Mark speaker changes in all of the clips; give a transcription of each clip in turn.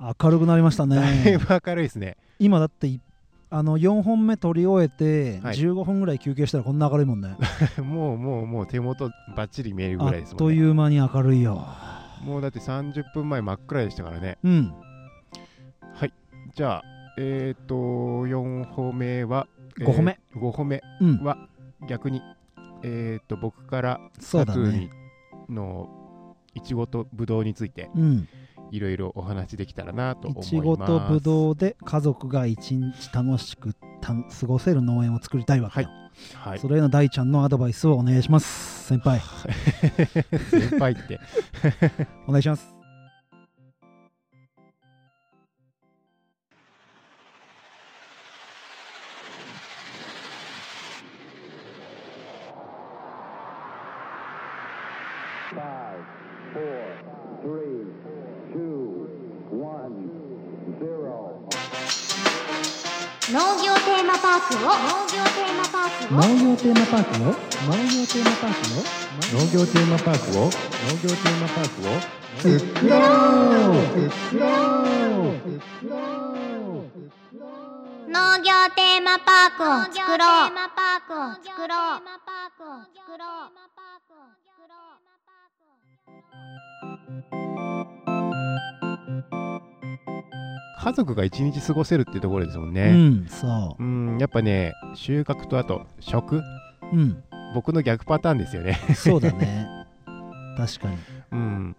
Speaker 1: 明るくなりました
Speaker 2: だい
Speaker 1: ね
Speaker 2: ぶ明るいですね。
Speaker 1: 今だっていあの4本目取り終えて
Speaker 2: はい
Speaker 1: 15分ぐらい休憩したらこんな明るいもんね
Speaker 2: もうもうもう手元バッチリ見えるぐ
Speaker 1: あ
Speaker 2: らいです
Speaker 1: っ
Speaker 2: もん
Speaker 1: と
Speaker 2: ね。
Speaker 1: いう間に明るいよ
Speaker 2: もうだって30分前真っ暗でしたからね。
Speaker 1: うん
Speaker 2: じゃあ、えっ、と、4歩目は、
Speaker 1: 5歩目、
Speaker 2: 5歩目
Speaker 1: うん
Speaker 2: は逆に、えっ、と、僕から
Speaker 1: そ
Speaker 2: タ
Speaker 1: う
Speaker 2: ト
Speaker 1: だ
Speaker 2: ゥー
Speaker 1: ね
Speaker 2: にのいちごとぶどうについて
Speaker 1: うん
Speaker 2: いろいろお話できたらなと
Speaker 1: い
Speaker 2: 思います。
Speaker 1: ちごとぶどうで家族が一日楽しくたん過ごせる農園を作りたいわけよ、
Speaker 2: はい
Speaker 1: そ。れへの大ちゃんのアドバイスをお願いします先 輩
Speaker 2: 先輩って。
Speaker 1: お願いします
Speaker 3: 農業テーマパークを農業テーマパークを
Speaker 4: 農業テーマパークを農業テーマパークを農業テーマパークを農業テーマパークを作ろう作ろう
Speaker 3: 農業テーマパークを作ろう農業テーマパークを作ろう
Speaker 2: 家族が一日過ごせるってところですもん
Speaker 1: う
Speaker 2: ね。
Speaker 1: んそ
Speaker 2: うん、やっぱね、収穫とあと食、
Speaker 1: ううん
Speaker 2: 僕の逆パターンですよね。
Speaker 1: そうだね確かに
Speaker 2: うん。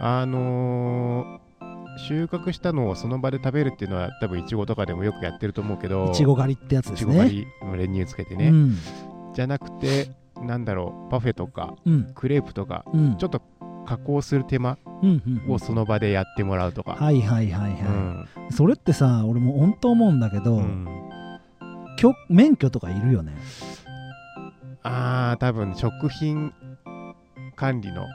Speaker 2: あのー収穫したのをその場で食べるっていうのは多分いちごとかでもよくやってると思うけど
Speaker 1: いちご狩りってやつ
Speaker 2: い
Speaker 1: で
Speaker 2: ち
Speaker 1: す
Speaker 2: ご狩
Speaker 1: ね
Speaker 2: りの練乳つけて
Speaker 1: う
Speaker 2: ね、
Speaker 1: ん
Speaker 2: じゃなくてなんだろうパフェとか
Speaker 1: うん
Speaker 2: クレープとか
Speaker 1: うん
Speaker 2: ちょっと加工する手間
Speaker 1: うんうんうん
Speaker 2: をその場でやってもらうとか、
Speaker 1: はいはいはいはい、
Speaker 2: うん
Speaker 1: それってさ俺も本当思うんだけど、
Speaker 2: うん
Speaker 1: 許免許とかいるよね
Speaker 2: あー多分食品管理の、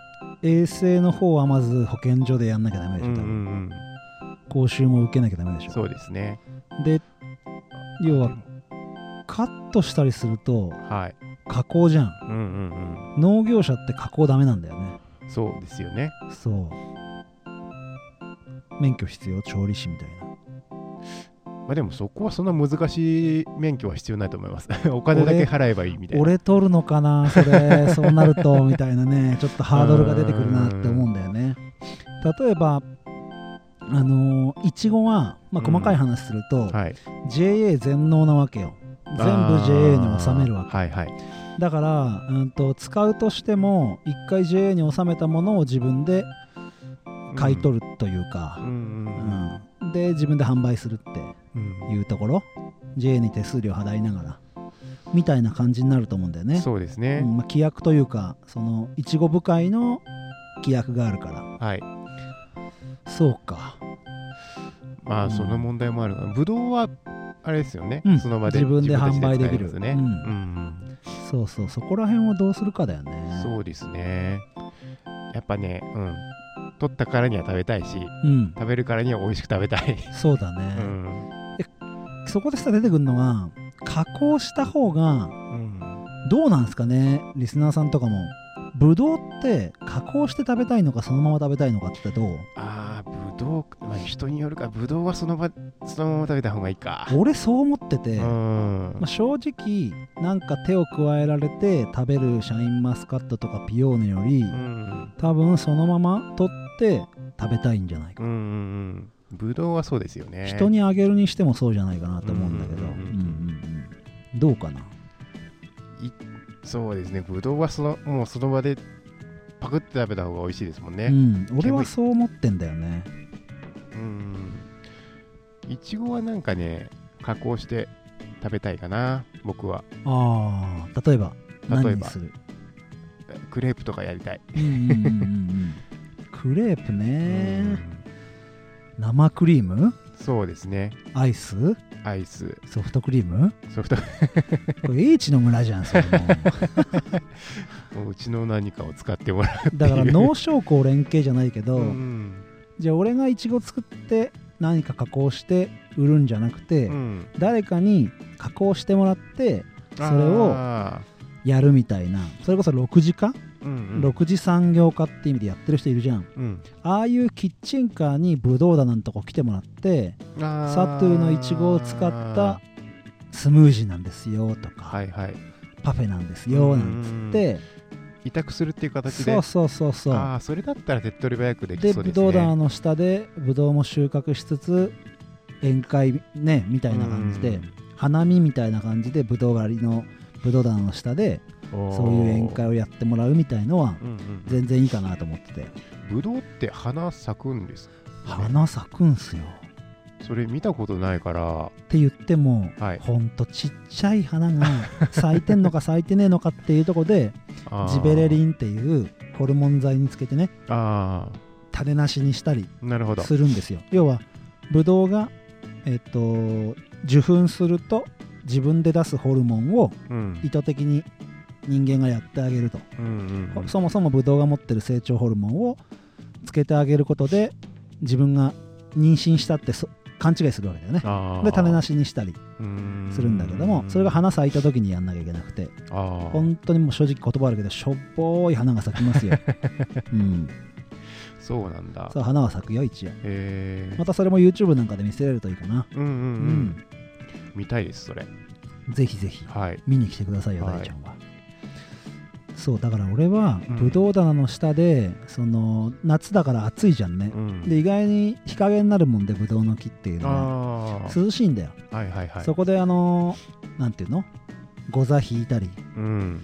Speaker 1: 衛生の方はまず保健所でやんなきゃダメでしょ、多分
Speaker 2: うん
Speaker 1: 講習も受けなきゃダメでし
Speaker 2: うん
Speaker 1: ょ
Speaker 2: そうですね
Speaker 1: で要はカットしたりすると
Speaker 2: はい
Speaker 1: 加工じゃん
Speaker 2: うんうん
Speaker 1: 農業者って加工ダメなんだよね
Speaker 2: うんそうですよね
Speaker 1: そう免許必要調理師みたいな
Speaker 2: まあでもそこはそんな難しい免許は必要ないと思います お金だけ払えばいいみたいな
Speaker 1: 俺取るのかなそ れそうなるとみたいなねちょっとハードルが出てくるなって思うんだよね例えばあのーいちごは、まあ、細かい話すると、
Speaker 2: はい
Speaker 1: JA 全農なわけよ全部 JA に収めるわけ
Speaker 2: けはいはい
Speaker 1: だから、うん、と使うとしても一回 JA に収めたものを自分で買い取るという
Speaker 2: う
Speaker 1: か、
Speaker 2: んう
Speaker 1: うんんで自分で販売するって
Speaker 2: うんう
Speaker 1: いうところ JA に手数料払いながらみたいな感じになると思うんだよ
Speaker 2: ん
Speaker 1: ね
Speaker 2: そうです
Speaker 1: う
Speaker 2: ね、
Speaker 1: んまあ、規約というかそのいちご部会の規約があるか
Speaker 2: はい
Speaker 1: らそうかう
Speaker 2: まあ
Speaker 1: ん
Speaker 2: その問題もあるがぶどうはあれですよね、
Speaker 1: うん
Speaker 2: その場で
Speaker 1: 自分で
Speaker 2: 自たち
Speaker 1: 販売できる
Speaker 2: 使えます
Speaker 1: う
Speaker 2: ね、
Speaker 1: ん
Speaker 2: うん
Speaker 1: そうそうそこら辺をどうするかだよね
Speaker 2: そうですねやっぱねうん取ったからには食べたいし
Speaker 1: うん
Speaker 2: 食べるからには美味しく食べたい、
Speaker 1: そうだ
Speaker 2: う
Speaker 1: ね、
Speaker 2: ん
Speaker 1: そこでさ出てくるのが加工した方が
Speaker 2: うん、
Speaker 1: どうなんですかねリスナーさんとかもブドウって加工して食べたいのかそのまま食べたいのかってどう
Speaker 2: あーぶどう、まあ、人によるかぶどうはその場そのまま食べた方がいいか
Speaker 1: 俺そう思ってて、
Speaker 2: う
Speaker 1: ま
Speaker 2: ん
Speaker 1: あ、正直なんか手を加えられて食べるシャインマスカットとかピオーネより、
Speaker 2: うん
Speaker 1: 多分そのまま取って食べたいんじゃないか、
Speaker 2: うんうんうんぶどうはそうですよね
Speaker 1: 人にあげるにしてもそうじゃないかなと思うんだけど、
Speaker 2: うんうんう
Speaker 1: う
Speaker 2: ん
Speaker 1: んうんうんどうかな
Speaker 2: そうですねぶどうはそのもうその場でパクって食べた方が美味しいですもんね、
Speaker 1: うん俺はそう思ってんだよね
Speaker 2: うんいちごはなんかね加工して食べたいかな僕は
Speaker 1: ああ例えば
Speaker 2: 例えば
Speaker 1: 何にする
Speaker 2: クレープとかやりたい、
Speaker 1: うんうんうんうんうんクレープね
Speaker 2: うん
Speaker 1: 生クリーム
Speaker 2: そうですね
Speaker 1: アイス
Speaker 2: アイス
Speaker 1: ソフトクリーム
Speaker 2: ソフト
Speaker 1: これ H の村じゃんそ れも
Speaker 2: うちの何かを使ってもらう
Speaker 1: だから農商工連携じゃないけど、
Speaker 2: うん
Speaker 1: じゃあ俺がイチゴ作って何か加工して売るんじゃなくて、
Speaker 2: うん
Speaker 1: 誰かに加工してもらってそれを
Speaker 2: あ
Speaker 1: やるみたいなそれこそ6時化
Speaker 2: ーうんうん
Speaker 1: 6次産業化って意味でやってる人いるじゃん
Speaker 2: うん
Speaker 1: ああいうキッチンカーにブドウ棚のとこ来てもらって
Speaker 2: あー
Speaker 1: サトゥーのいちごを使ったスムージーなんですよとか、
Speaker 2: はいはい
Speaker 1: パフェなんですよなんつって
Speaker 2: 委託するっていう形で
Speaker 1: そうそうそうそう
Speaker 2: ああそれだったら手っ取り早くでき
Speaker 1: で
Speaker 2: そう
Speaker 1: ぶ
Speaker 2: ですね
Speaker 1: どう棚の下でぶどうも収穫しつつ宴会ねみたいな感じで、
Speaker 2: うん
Speaker 1: 花見みたいな感じでぶどう狩りのぶどう棚の下で
Speaker 2: おー
Speaker 1: そういう宴会をやってもらうみたいのは
Speaker 2: うんうん
Speaker 1: 全然いいかなと思ってて
Speaker 2: ぶどうって花咲くんです
Speaker 1: 花咲くんすよ
Speaker 2: それ見たことないから
Speaker 1: って言っても、
Speaker 2: はい
Speaker 1: ほんとちっちゃい花が咲いてん のか咲いてねえのかっていうとこで
Speaker 2: あー
Speaker 1: ジベレリンっていうホルモン剤につけてね
Speaker 2: あ
Speaker 1: 種なしにしたり
Speaker 2: あなるほど
Speaker 1: するんですよ要はブドウが、えっと受粉すると自分で出すホルモンを
Speaker 2: うん
Speaker 1: 意図的に人間がやってあげると、
Speaker 2: うんうんうん
Speaker 1: そもそもブドウが持ってる成長ホルモンをつけてあげることで自分が妊娠したってそ勘違いするわけだよね
Speaker 2: あー
Speaker 1: で種なしにしたり
Speaker 2: うん
Speaker 1: するんだけどもそれが花咲いた時にやんなきゃいけなくて
Speaker 2: ああ
Speaker 1: 本当にもう正直言葉あるけどしょっぼーい花が咲きます よ、うん、
Speaker 2: そうなんだ
Speaker 1: そう花は咲くよ一応
Speaker 2: へえ
Speaker 1: またそれも YouTube なんかで見せれるといいかな
Speaker 2: うんう
Speaker 1: う
Speaker 2: んうん
Speaker 1: ん、
Speaker 2: 見たいですそれ
Speaker 1: ぜひぜひ
Speaker 2: はい
Speaker 1: 見に来てくださいよ、
Speaker 2: はい
Speaker 1: 大ちゃんはそうだから俺は
Speaker 2: うん
Speaker 1: ぶどう棚の下で、その夏だから暑いじゃんね
Speaker 2: う、ん
Speaker 1: で意外に日陰になるもんでぶどうの木っていうのは
Speaker 2: ああ
Speaker 1: 涼しいんだよ、
Speaker 2: はいはいはい
Speaker 1: そこであのーなんていうのゴザ引いたり
Speaker 2: うん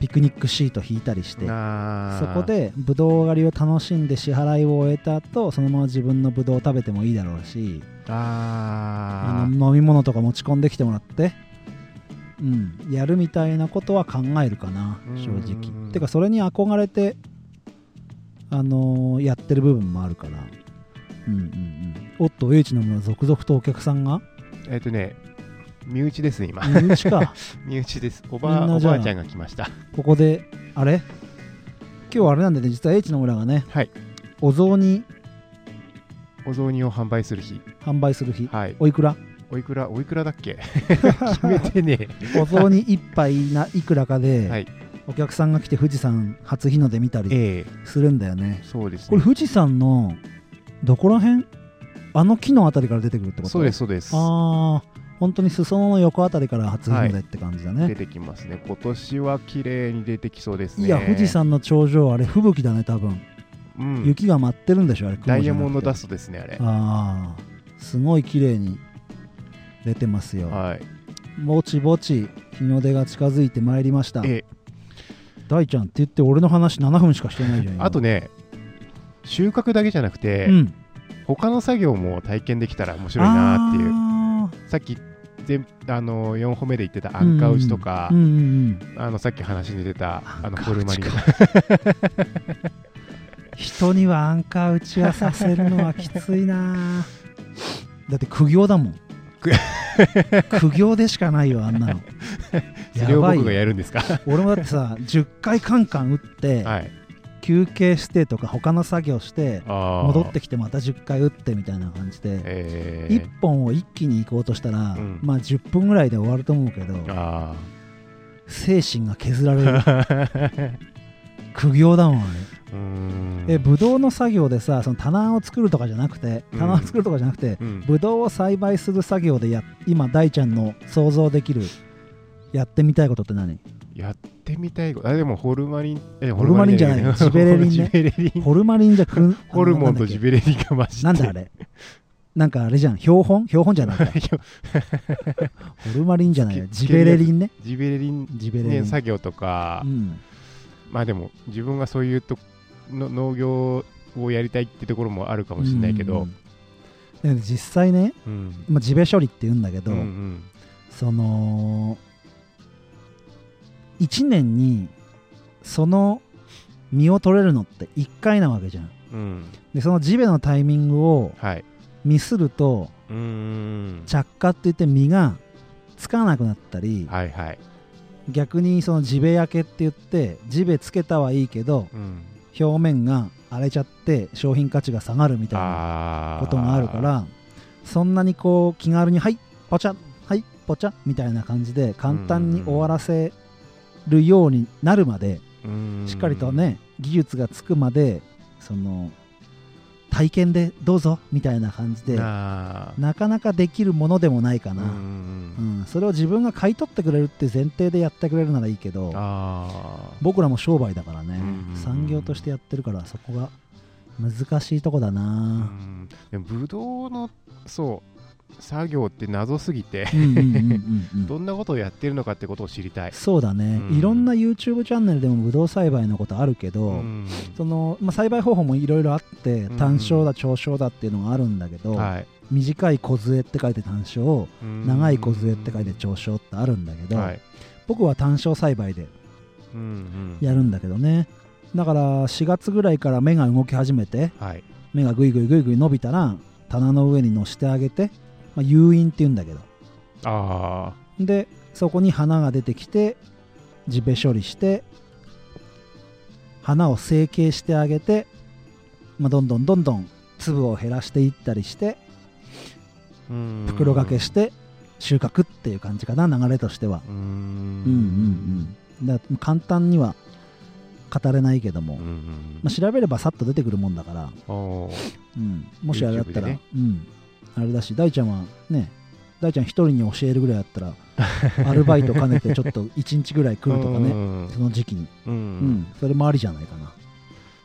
Speaker 1: ピクニックシート引いたりして
Speaker 2: な
Speaker 1: そこでぶどう狩りを楽しんで支払いを終えた後そのまま自分のぶどうを食べてもいいだろうしあ
Speaker 2: ああ
Speaker 1: の飲み物とか持ち込んできてもらって、うん、やるみたいなことは考えるかな
Speaker 2: うん
Speaker 1: 正直てかそれに憧れて、あのーやってる部分もあるから、うんうんうん、おっと H の村続々とお客さんが
Speaker 2: えっとね身内ですね今
Speaker 1: 身内か
Speaker 2: 身内ですお
Speaker 1: み
Speaker 2: ば
Speaker 1: んな
Speaker 2: お
Speaker 1: じゃあ
Speaker 2: ばあちゃんが来ました
Speaker 1: ここであれ今日あれなんだよね実は H の村がね、
Speaker 2: はい
Speaker 1: お雑煮
Speaker 2: お雑煮を販売する日
Speaker 1: 販売する日、
Speaker 2: はい
Speaker 1: おい くら
Speaker 2: おいくらおいくらだっ け決めてね
Speaker 1: お雑煮一杯ないくらかで、
Speaker 2: はい
Speaker 1: お客さんが来て富士山初日の出見たり
Speaker 2: ええ
Speaker 1: するんだよね、
Speaker 2: そうです
Speaker 1: こ
Speaker 2: ね
Speaker 1: れ富士山のどこら辺あの木のあたりから出てくるってこと
Speaker 2: そうですそうです
Speaker 1: ああ本当に裾野の横あたりから初日の出って感じだね、
Speaker 2: 出てきますね今年は綺麗に出てきそうですね
Speaker 1: いや富士山の頂上あれ吹雪だね多分、
Speaker 2: うん
Speaker 1: 雪が舞ってるんでしょあれ雲じゃ
Speaker 2: ダ
Speaker 1: なく
Speaker 2: イ
Speaker 1: て
Speaker 2: ヤモンドダストですねあれ
Speaker 1: ああすごい綺麗に出てますよ、
Speaker 2: はい
Speaker 1: ぼちぼち日の出が近づいてまいりました
Speaker 2: ええ
Speaker 1: 大ちゃんって言って俺の話7分しかしてないじゃん今
Speaker 2: あとね収穫だけじゃなくて、
Speaker 1: うん、
Speaker 2: 他の作業も体験できたら面白いなっていう
Speaker 1: あ
Speaker 2: さっき全あの4歩目で言ってたアンカウチとか、
Speaker 1: ーうんうんうん
Speaker 2: あのさっき話に出たあの
Speaker 1: アンカ
Speaker 2: ホル
Speaker 1: ウ
Speaker 2: マ
Speaker 1: チ
Speaker 2: リン
Speaker 1: か 人にはアンカー打ちはさせるのはきついなだって苦行だも ん
Speaker 2: く
Speaker 1: 苦行でしかないよあんなの
Speaker 2: それを
Speaker 1: よ
Speaker 2: 僕がやるんですか
Speaker 1: 俺もだってさ10回カンカン打って、
Speaker 2: はい
Speaker 1: 休憩してとか他の作業して戻
Speaker 2: 戻
Speaker 1: ってきてまた10回打ってみたいな感じで、
Speaker 2: えー
Speaker 1: 1本を一気に行こうとしたら、
Speaker 2: うん
Speaker 1: まあ10分ぐらいで終わると思うけど
Speaker 2: あ
Speaker 1: 精神が削られる
Speaker 2: ー
Speaker 1: 苦行だもんあ
Speaker 2: うーん
Speaker 1: れえブドウの作業でさその棚を作るとかじゃなくて
Speaker 2: うん
Speaker 1: 棚を作るとかじゃなくて、
Speaker 2: うん
Speaker 1: ブドウを栽培する作業でや今大ちゃんの想像できるやってみたいことって何
Speaker 2: やってみたいことあでもホルマリンえ
Speaker 1: ホルマリンじゃない
Speaker 2: ホルマリンじゃないジベレリン
Speaker 1: ホルマリンじゃ くん
Speaker 2: ホルモンとジベレリンが混じって
Speaker 1: なんだあれなんかあれじゃん標本標本じゃ ないかホルマリンじゃないよ
Speaker 2: け
Speaker 1: ジベレリンね
Speaker 2: ジベレリン
Speaker 1: ジベレリ
Speaker 2: ね
Speaker 1: ン、
Speaker 2: 作業とか、
Speaker 1: うん、
Speaker 2: まあでも自分がそういうとの農業をやりたいってところもあるかもしれないけど、
Speaker 1: うんで実際ね、
Speaker 2: うん
Speaker 1: まあ、ジベ処理って言うんだけ
Speaker 2: う
Speaker 1: ど、
Speaker 2: んうん
Speaker 1: その1年にその実を取れるのって1回なわけじゃん
Speaker 2: うん
Speaker 1: でそのジベのタイミングを
Speaker 2: はい
Speaker 1: ミスると
Speaker 2: うーん
Speaker 1: 着火って言って実がつかなくなったり、
Speaker 2: はいはい、
Speaker 1: 逆にそのジベ焼けって言ってジベつけたはいいけど
Speaker 2: うん、
Speaker 1: 表面が荒れちゃって商品価値が下がるみたいな
Speaker 2: あー
Speaker 1: ことがあるからそんなにこう気軽に「はいポチャはいポチャ」みたいな感じで簡単に終わらせるようになるまで
Speaker 2: うん
Speaker 1: しっかりとね技術がつくまでその体験でどうぞみたいな感じでな
Speaker 2: あ
Speaker 1: かなかできるものでもないか
Speaker 2: ー
Speaker 1: な、
Speaker 2: う
Speaker 1: うん
Speaker 2: ん
Speaker 1: それを自分が買い取ってくれるって前提でやってくれるならいいけど
Speaker 2: あ
Speaker 1: 僕らも商売だからね、
Speaker 2: うん
Speaker 1: 産業としてやってるからそこが難しいとこだ
Speaker 2: ーう
Speaker 1: な、
Speaker 2: んでもぶどうのそう作業って謎すぎて
Speaker 1: うんうんうんうんうん
Speaker 2: どんなことをやってるのかってことを知りたい。
Speaker 1: そうだね、
Speaker 2: うん
Speaker 1: いろんな YouTube チャンネルでもブドウ栽培のことあるけど、
Speaker 2: うん
Speaker 1: そのまあ、栽培方法もいろいろあって
Speaker 2: うん
Speaker 1: 単勝だ長小だっていうのがあるんだけど、
Speaker 2: はい
Speaker 1: 短い梢って書いて単勝長い梢って書いて長小ってあるんだけど、
Speaker 2: はい
Speaker 1: 僕は単勝栽培で
Speaker 2: うんうん
Speaker 1: やるんだけどねだから4月ぐらいから芽が動き始めて
Speaker 2: はい
Speaker 1: 芽がぐいぐいぐいぐい伸びたら棚の上に乗してあげて、まあ、誘引っていうんだけど
Speaker 2: あ
Speaker 1: でそこに花が出てきて地べ処理して花を成形してあげて、まあ、どんどんどんどん粒を減らしていったりして
Speaker 2: ーうん
Speaker 1: 袋掛けして収穫っていう感じかな流れとしては
Speaker 2: う
Speaker 1: うんうん
Speaker 2: ん
Speaker 1: うんだから簡単には語れないけども、
Speaker 2: うんうん
Speaker 1: まあ、調べればさっと出てくるもんだから、
Speaker 2: おー
Speaker 1: うん、もしあれだったら、
Speaker 2: YouTube でね
Speaker 1: うん、あれだし大ちゃんはね大ちゃん一人に教えるぐらいだっ たらアルバイト兼ねてちょっと1日ぐらい来るとか
Speaker 2: う
Speaker 1: ね
Speaker 2: ん
Speaker 1: その時期に、
Speaker 2: う
Speaker 1: うんん、それもありじゃないかな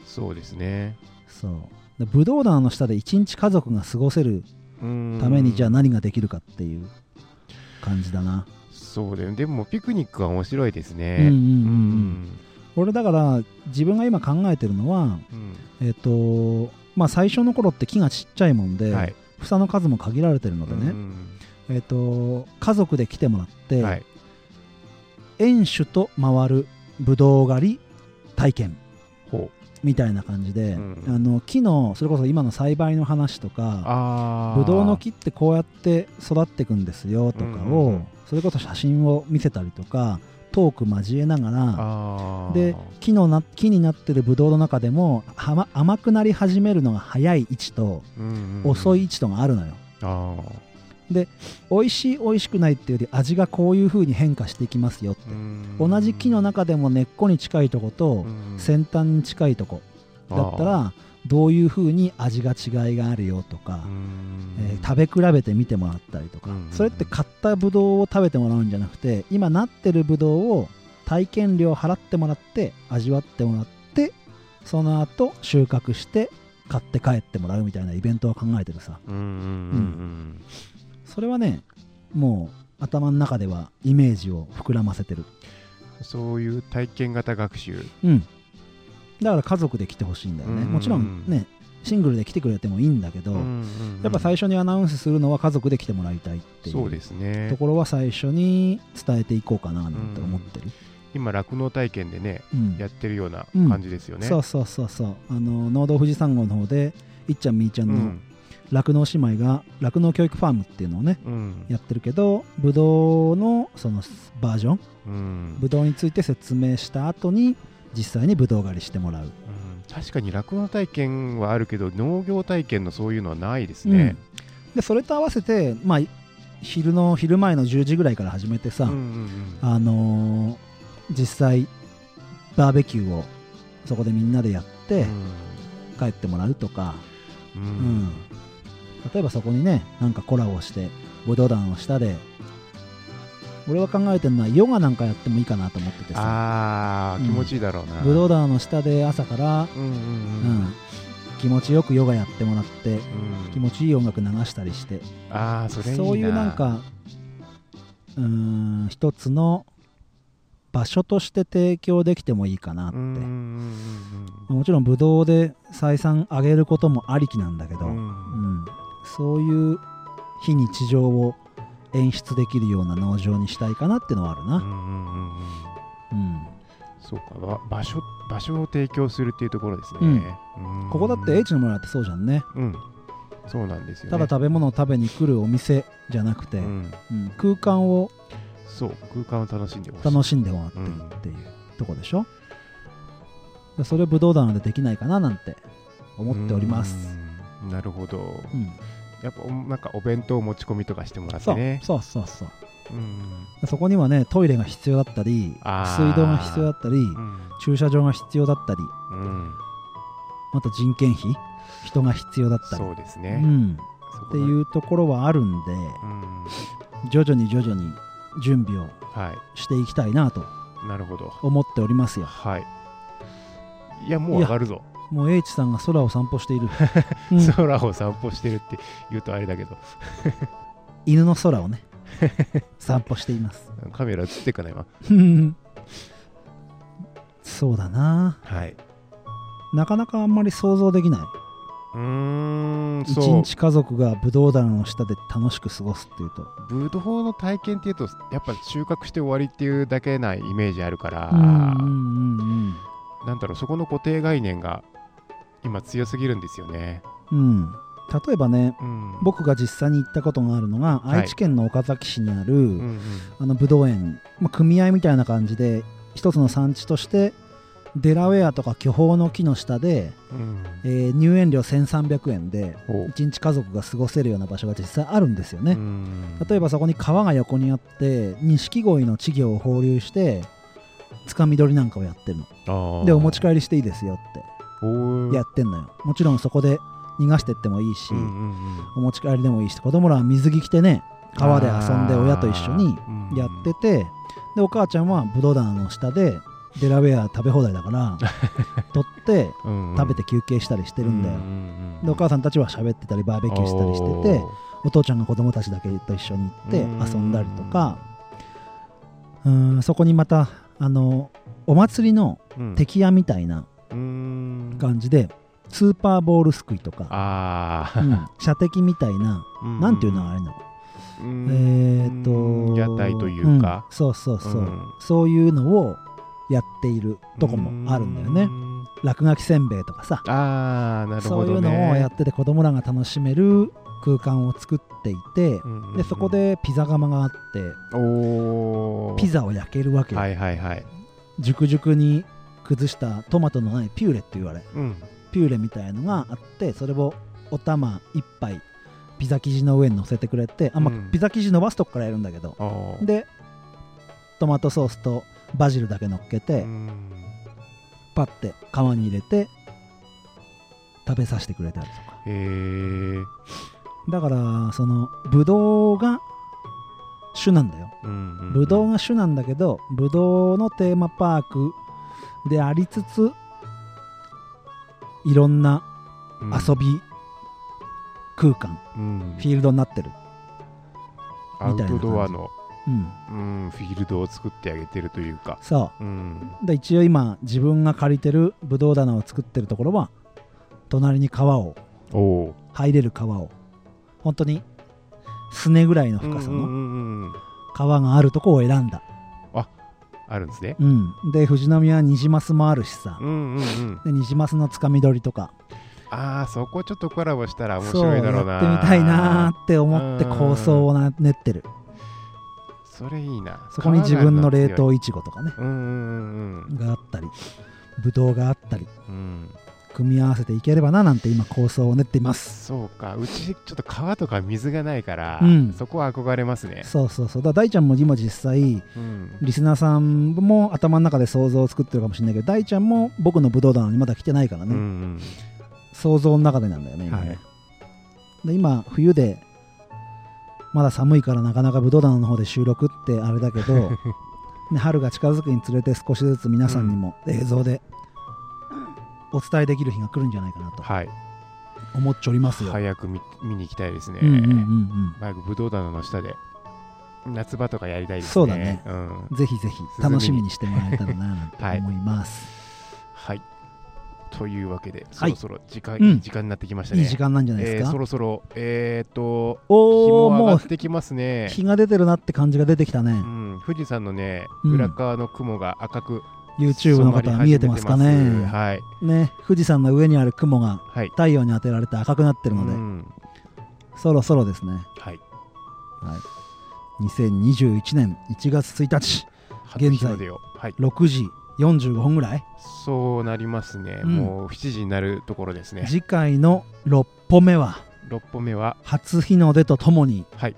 Speaker 2: そうですね
Speaker 1: そうでブドウ棚の下で1日家族が過ごせる
Speaker 2: た
Speaker 1: ためにじゃあ何ができるかっていう感じだな、
Speaker 2: そうだよねでもピクニックは面白いです
Speaker 1: うんうんうん
Speaker 2: ね
Speaker 1: うん俺だから自分が今考えてるのは
Speaker 2: うん
Speaker 1: えっ、とまあ最初の頃って木がちっちゃいもんで、
Speaker 2: はい
Speaker 1: 房の数も限られてるのでね、
Speaker 2: うん
Speaker 1: えっと家族で来てもらって、
Speaker 2: はい
Speaker 1: 園酒と回るぶどう狩り体験
Speaker 2: ほう
Speaker 1: みたいな感じで、
Speaker 2: うん
Speaker 1: あの木のそれこそ今の栽培の話とか
Speaker 2: ああ
Speaker 1: ぶどうの木ってこうやって育っていくんですよとかを、
Speaker 2: うん
Speaker 1: それこそ写真を見せたりとかトーク交えながら
Speaker 2: あー
Speaker 1: で木のな木になってるぶどうの中でもはま甘くなり始めるのが早い位置と
Speaker 2: うんうんうん
Speaker 1: 遅い位置とがあるのよ。
Speaker 2: あ
Speaker 1: 美味しい美味しくないっていうより味がこういう風に変化していきますよって同じ木の中でも根っこに近いとこと先端に近いとこだったらどういう風に味が違いがあるよとか、えー食べ比べてみてもらったりとか、
Speaker 2: うん
Speaker 1: それって買ったブドウを食べてもらうんじゃなくて今なってるブドウを体験料払ってもらって味わってもらってその後収穫して買って帰ってもらうみたいなイベントは考えてるさ
Speaker 2: うんうん
Speaker 1: それはねもう頭の中ではイメージを膨らませてる
Speaker 2: うんそういう体験型学習
Speaker 1: うん、だから家族で来てほしいんだよね、
Speaker 2: うん
Speaker 1: もちろんねシングルで来てくれてもいいんだけど、やっぱ最
Speaker 2: 初
Speaker 1: 初にアナウンスするのは家族で来てもらいたいってい
Speaker 2: そう
Speaker 1: う
Speaker 2: ですね
Speaker 1: ところは最初に伝えていこうかななんて思ってる、
Speaker 2: 今酪農体験でね
Speaker 1: うん
Speaker 2: やってるような
Speaker 1: うん
Speaker 2: 感じですよね、
Speaker 1: そうそうそうそうあの農道富士山号の方でいっちゃんみーちゃん
Speaker 2: う
Speaker 1: の
Speaker 2: ん
Speaker 1: 酪農姉妹が酪農教育ファームっていうのをね
Speaker 2: うん
Speaker 1: やってるけどブドウのそのバージョン
Speaker 2: うん
Speaker 1: ブドウについて説明した後に実際にブドウ狩りしてもらう
Speaker 2: うん確かに酪農体験はあるけど農業体験のそういうのはないですね、
Speaker 1: うんでそれと合わせて、まあ、昼の昼前の10時ぐらいから始めてさ、
Speaker 2: うんうん
Speaker 1: あのー実際バーベキューをそこでみんなでやっ
Speaker 2: う
Speaker 1: て
Speaker 2: ん
Speaker 1: 帰ってもらうとか、
Speaker 2: う
Speaker 1: うん
Speaker 2: ん
Speaker 1: 例えばそこにねなんかコラボして武道団を下で俺は考えてるのはヨガなんかやってもいいかなと思っててさ
Speaker 2: あー気持ちいいだろうな、
Speaker 1: 武道団の下で朝から、
Speaker 2: うんうん
Speaker 1: うん
Speaker 2: うん
Speaker 1: 気持ちよくヨガやってもらって
Speaker 2: うん
Speaker 1: 気持ちいい音楽流したりして
Speaker 2: ああそれいいな
Speaker 1: そういうなんかうーん一つの場所として提供できてもいいかなって、
Speaker 2: うんうん
Speaker 1: もちろんブドウで採算上げることもありきなんだけ
Speaker 2: う
Speaker 1: ど、
Speaker 2: んう
Speaker 1: うん
Speaker 2: ん
Speaker 1: そういう非日常を演出できるような農場にしたいかなってのはある
Speaker 2: う
Speaker 1: な、
Speaker 2: んうんうんう
Speaker 1: う
Speaker 2: ん
Speaker 1: ん
Speaker 2: そうかわ場所場所を提供するっていうところですね、うん
Speaker 1: ここだって英知の村ってそうじゃんね
Speaker 2: うんそうなんですよ、ね、
Speaker 1: ただ食べ物を食べに来るお店じゃなくて、
Speaker 2: うん
Speaker 1: うん空間を
Speaker 2: そう空間を楽しんでほしい
Speaker 1: 楽しんでもらっていいっていうとこでしょ、それを武道団でできないかななんて思っております
Speaker 2: うんなるほど、
Speaker 1: うん、
Speaker 2: やっぱおなんかお弁当持ち込みとかしてもらっ
Speaker 1: そ
Speaker 2: て
Speaker 1: う
Speaker 2: ね
Speaker 1: そうそうそう
Speaker 2: うん
Speaker 1: そこにはねトイレが必要だったり
Speaker 2: あー
Speaker 1: 水道が必要だったり
Speaker 2: うん
Speaker 1: 駐車場が必要だったり
Speaker 2: うん
Speaker 1: また人件費人が必要だったり
Speaker 2: そうです
Speaker 1: う
Speaker 2: ね、
Speaker 1: ん、っ
Speaker 2: そ
Speaker 1: て
Speaker 2: こが
Speaker 1: いうところはあるんで
Speaker 2: うん
Speaker 1: 徐々に徐々に準備を
Speaker 2: は
Speaker 1: していきたいなと
Speaker 2: いなるほど
Speaker 1: 思っておりますよ
Speaker 2: はいいやもう上がるぞ
Speaker 1: もう H さんが空を散歩 している、うん
Speaker 2: 空を散歩してるって言うとあれだけど
Speaker 1: 犬の空をね散歩しています
Speaker 2: カメラ映ってっかな今
Speaker 1: うんそうだな
Speaker 2: はい
Speaker 1: なかなかあんまり想像できないう
Speaker 2: ーん
Speaker 1: 一
Speaker 2: そう
Speaker 1: 日家族が武道団を下で楽しく過ごすっていうと
Speaker 2: ブドウの体験っていうとやっぱ収穫して終わりっていうだけなイメージあるから、
Speaker 1: うんうんうん
Speaker 2: なんだろうそこの固定概念が今強すぎるんですよね、
Speaker 1: うんうん例えばね
Speaker 2: うん、、
Speaker 1: 僕が実際に行ったことがあるのが
Speaker 2: はい
Speaker 1: 愛知県の岡崎市にある、
Speaker 2: うんうん、
Speaker 1: あの武道園、まあ、組合みたいな感じで一つの産地としてデラウェアとか巨峰の木の下で、
Speaker 2: うん
Speaker 1: えー入園料1300円で
Speaker 2: お
Speaker 1: 1日家族が過ごせるような場所が実際あるんですよね、
Speaker 2: うん
Speaker 1: 例えばそこに川が横にあって錦鯉の稚魚を放流してつかみ取りなんかをやってるの
Speaker 2: あー
Speaker 1: でお持ち帰りしていいですよって
Speaker 2: おー
Speaker 1: やってんのよもちろんそこで逃がしてってもいいし、
Speaker 2: うんうんうん
Speaker 1: お持ち帰りでもいいし子供らは水着着てね川で遊んで親と一緒にやっててでお母ちゃんはブドウ棚の下でデラウェア食べ放題だから 取って食べて休憩したりして
Speaker 2: て
Speaker 1: るんだよ、でお母さんたちは喋ってたりバーベキューしたりしててお父ちゃんが子供たちだけと一緒に行って遊んだりとかうーんそこにまたあのお祭りの敵屋みたいな
Speaker 2: 感
Speaker 1: 感じでスーパーボールすくいとか、
Speaker 2: あ
Speaker 1: う
Speaker 2: あ、
Speaker 1: ん射的みたいななんていうのあれなのえー、と
Speaker 2: 屋台というか
Speaker 1: んそうそうそう、
Speaker 2: うん
Speaker 1: そういうのをやっているとこもあるんだよね落書きせんべいとかさ、
Speaker 2: ああなる
Speaker 1: そ
Speaker 2: ほ
Speaker 1: うい
Speaker 2: ど
Speaker 1: う
Speaker 2: ね
Speaker 1: のをやってて子供らが楽しめる空間を作っていて、でそこでピザ窯があって
Speaker 2: お
Speaker 1: ピ
Speaker 2: ザ
Speaker 1: ザを焼けるわけよ、
Speaker 2: はいはいはい
Speaker 1: 熟々に崩したトマトのないピューレって言われ
Speaker 2: うん
Speaker 1: ピューレみたいのがあってそれをお玉一杯ピザ生地の上に乗せてくれてあんま
Speaker 2: うん
Speaker 1: ピザ生地伸ばすとこからやるんだけど、
Speaker 2: あー
Speaker 1: でトマトソースとバジルだけ乗っけて、
Speaker 2: うん
Speaker 1: パッて釜に入れて食べさせてくれたりとか
Speaker 2: へえ
Speaker 1: だからそのブドウが主なんだよブドウが主なんだけどブドウのテーマパークでありつついろんな遊び空間、
Speaker 2: び
Speaker 1: フィールドになってる、
Speaker 2: アウトドアの
Speaker 1: うん、
Speaker 2: うんフィールドを作ってあげてるというか
Speaker 1: そ
Speaker 2: うん
Speaker 1: うで一応今自分が借りてるブドウ棚を作ってるところは隣に川を
Speaker 2: おお
Speaker 1: 入れる川を本当にすねぐらいの深さ
Speaker 2: うん
Speaker 1: の
Speaker 2: うんうんうん
Speaker 1: 川があるとこを選んだ、
Speaker 2: あるんですね
Speaker 1: うん、で富士宮ニジマスもあるしさ
Speaker 2: う、んうんうん
Speaker 1: でニジマスのつかみ取りとか
Speaker 2: ああそこちょっとコラボしたら面
Speaker 1: そうや
Speaker 2: 白い
Speaker 1: って
Speaker 2: だろうな
Speaker 1: みたいなーって思って構想をな練ってる
Speaker 2: それいいな
Speaker 1: そこに自分の冷
Speaker 2: 皮が
Speaker 1: 凍いちごとかね
Speaker 2: 強いうんうんうん
Speaker 1: があったりぶどうがあったり
Speaker 2: うんうん
Speaker 1: 組み合わせていければななんて今構想を練っています
Speaker 2: そうかうちちょっと川とか水がないから、
Speaker 1: うん
Speaker 2: そこは憧れますね
Speaker 1: そうそうそうだから大ちゃんも今実際
Speaker 2: うん
Speaker 1: リスナーさんも頭の中で想像を作ってるかもしれないけど大ちゃんも僕の武道団にまだ来てないから
Speaker 2: う
Speaker 1: ね、
Speaker 2: ん
Speaker 1: 想像の中でなんだよね今ね、
Speaker 2: はい
Speaker 1: で今冬でまだ寒いからなかなか武道団の方で収録ってあれだけ どね春が近づくにつれて少しずつ皆さんにも映像でお伝えできる日が来るんじゃないかなと
Speaker 2: はい
Speaker 1: 思っておりますよ、
Speaker 2: 早く見見に行きたいですね、
Speaker 1: うんうんうんうん
Speaker 2: 早くブドウ棚の下で夏場とかやりたいですね
Speaker 1: そうだね
Speaker 2: ん
Speaker 1: ぜひぜひ楽しみにしてもらえたらななんて
Speaker 2: はい
Speaker 1: 思います、
Speaker 2: はいというわけでそ
Speaker 1: はい
Speaker 2: ろそろ時間、
Speaker 1: うん
Speaker 2: いい時間になってきましたね
Speaker 1: いい時間なんじゃないです
Speaker 2: え
Speaker 1: か、
Speaker 2: ーそろそろえー、っと日
Speaker 1: おお
Speaker 2: も上が
Speaker 1: もう
Speaker 2: ってきますね
Speaker 1: 日が出てるなって感じが出てきたね、
Speaker 2: うん、富士山のね、
Speaker 1: うん
Speaker 2: 裏側の雲が赤く
Speaker 1: YouTube の方は見えてますか
Speaker 2: 染まり始めてます
Speaker 1: ね
Speaker 2: はい
Speaker 1: ね富士山の上にある雲が
Speaker 2: はい
Speaker 1: 太陽に当てられて赤くなってるので、
Speaker 2: うん
Speaker 1: そろそろですね、
Speaker 2: はい
Speaker 1: はい、2021年1月1日在
Speaker 2: 初日の出をはい
Speaker 1: 6時45分ぐらい、
Speaker 2: そうなりますね、
Speaker 1: うん
Speaker 2: もう7時になるところですね
Speaker 1: 次回の6歩目は
Speaker 2: 6歩目は
Speaker 1: 初日の出とともに、
Speaker 2: はい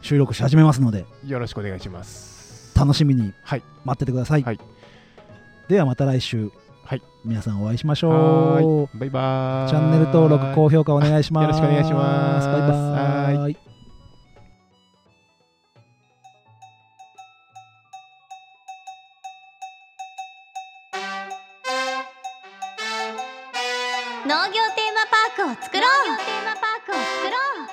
Speaker 1: 収録し始めますので
Speaker 2: よろしくお願いします。
Speaker 1: 楽しみに
Speaker 2: はい
Speaker 1: 待っててください、
Speaker 2: はい
Speaker 1: ではまた来週、
Speaker 2: はい
Speaker 1: 皆さんお会いしまし
Speaker 2: は
Speaker 1: ょ
Speaker 2: ーいバイ
Speaker 1: う
Speaker 2: バーイ。
Speaker 1: チャンネル登録高評価お願いします
Speaker 2: よろしくお願いします
Speaker 1: バイバーイ
Speaker 2: は
Speaker 3: 農業テーマパークを作ろう農業テーマパークを作ろう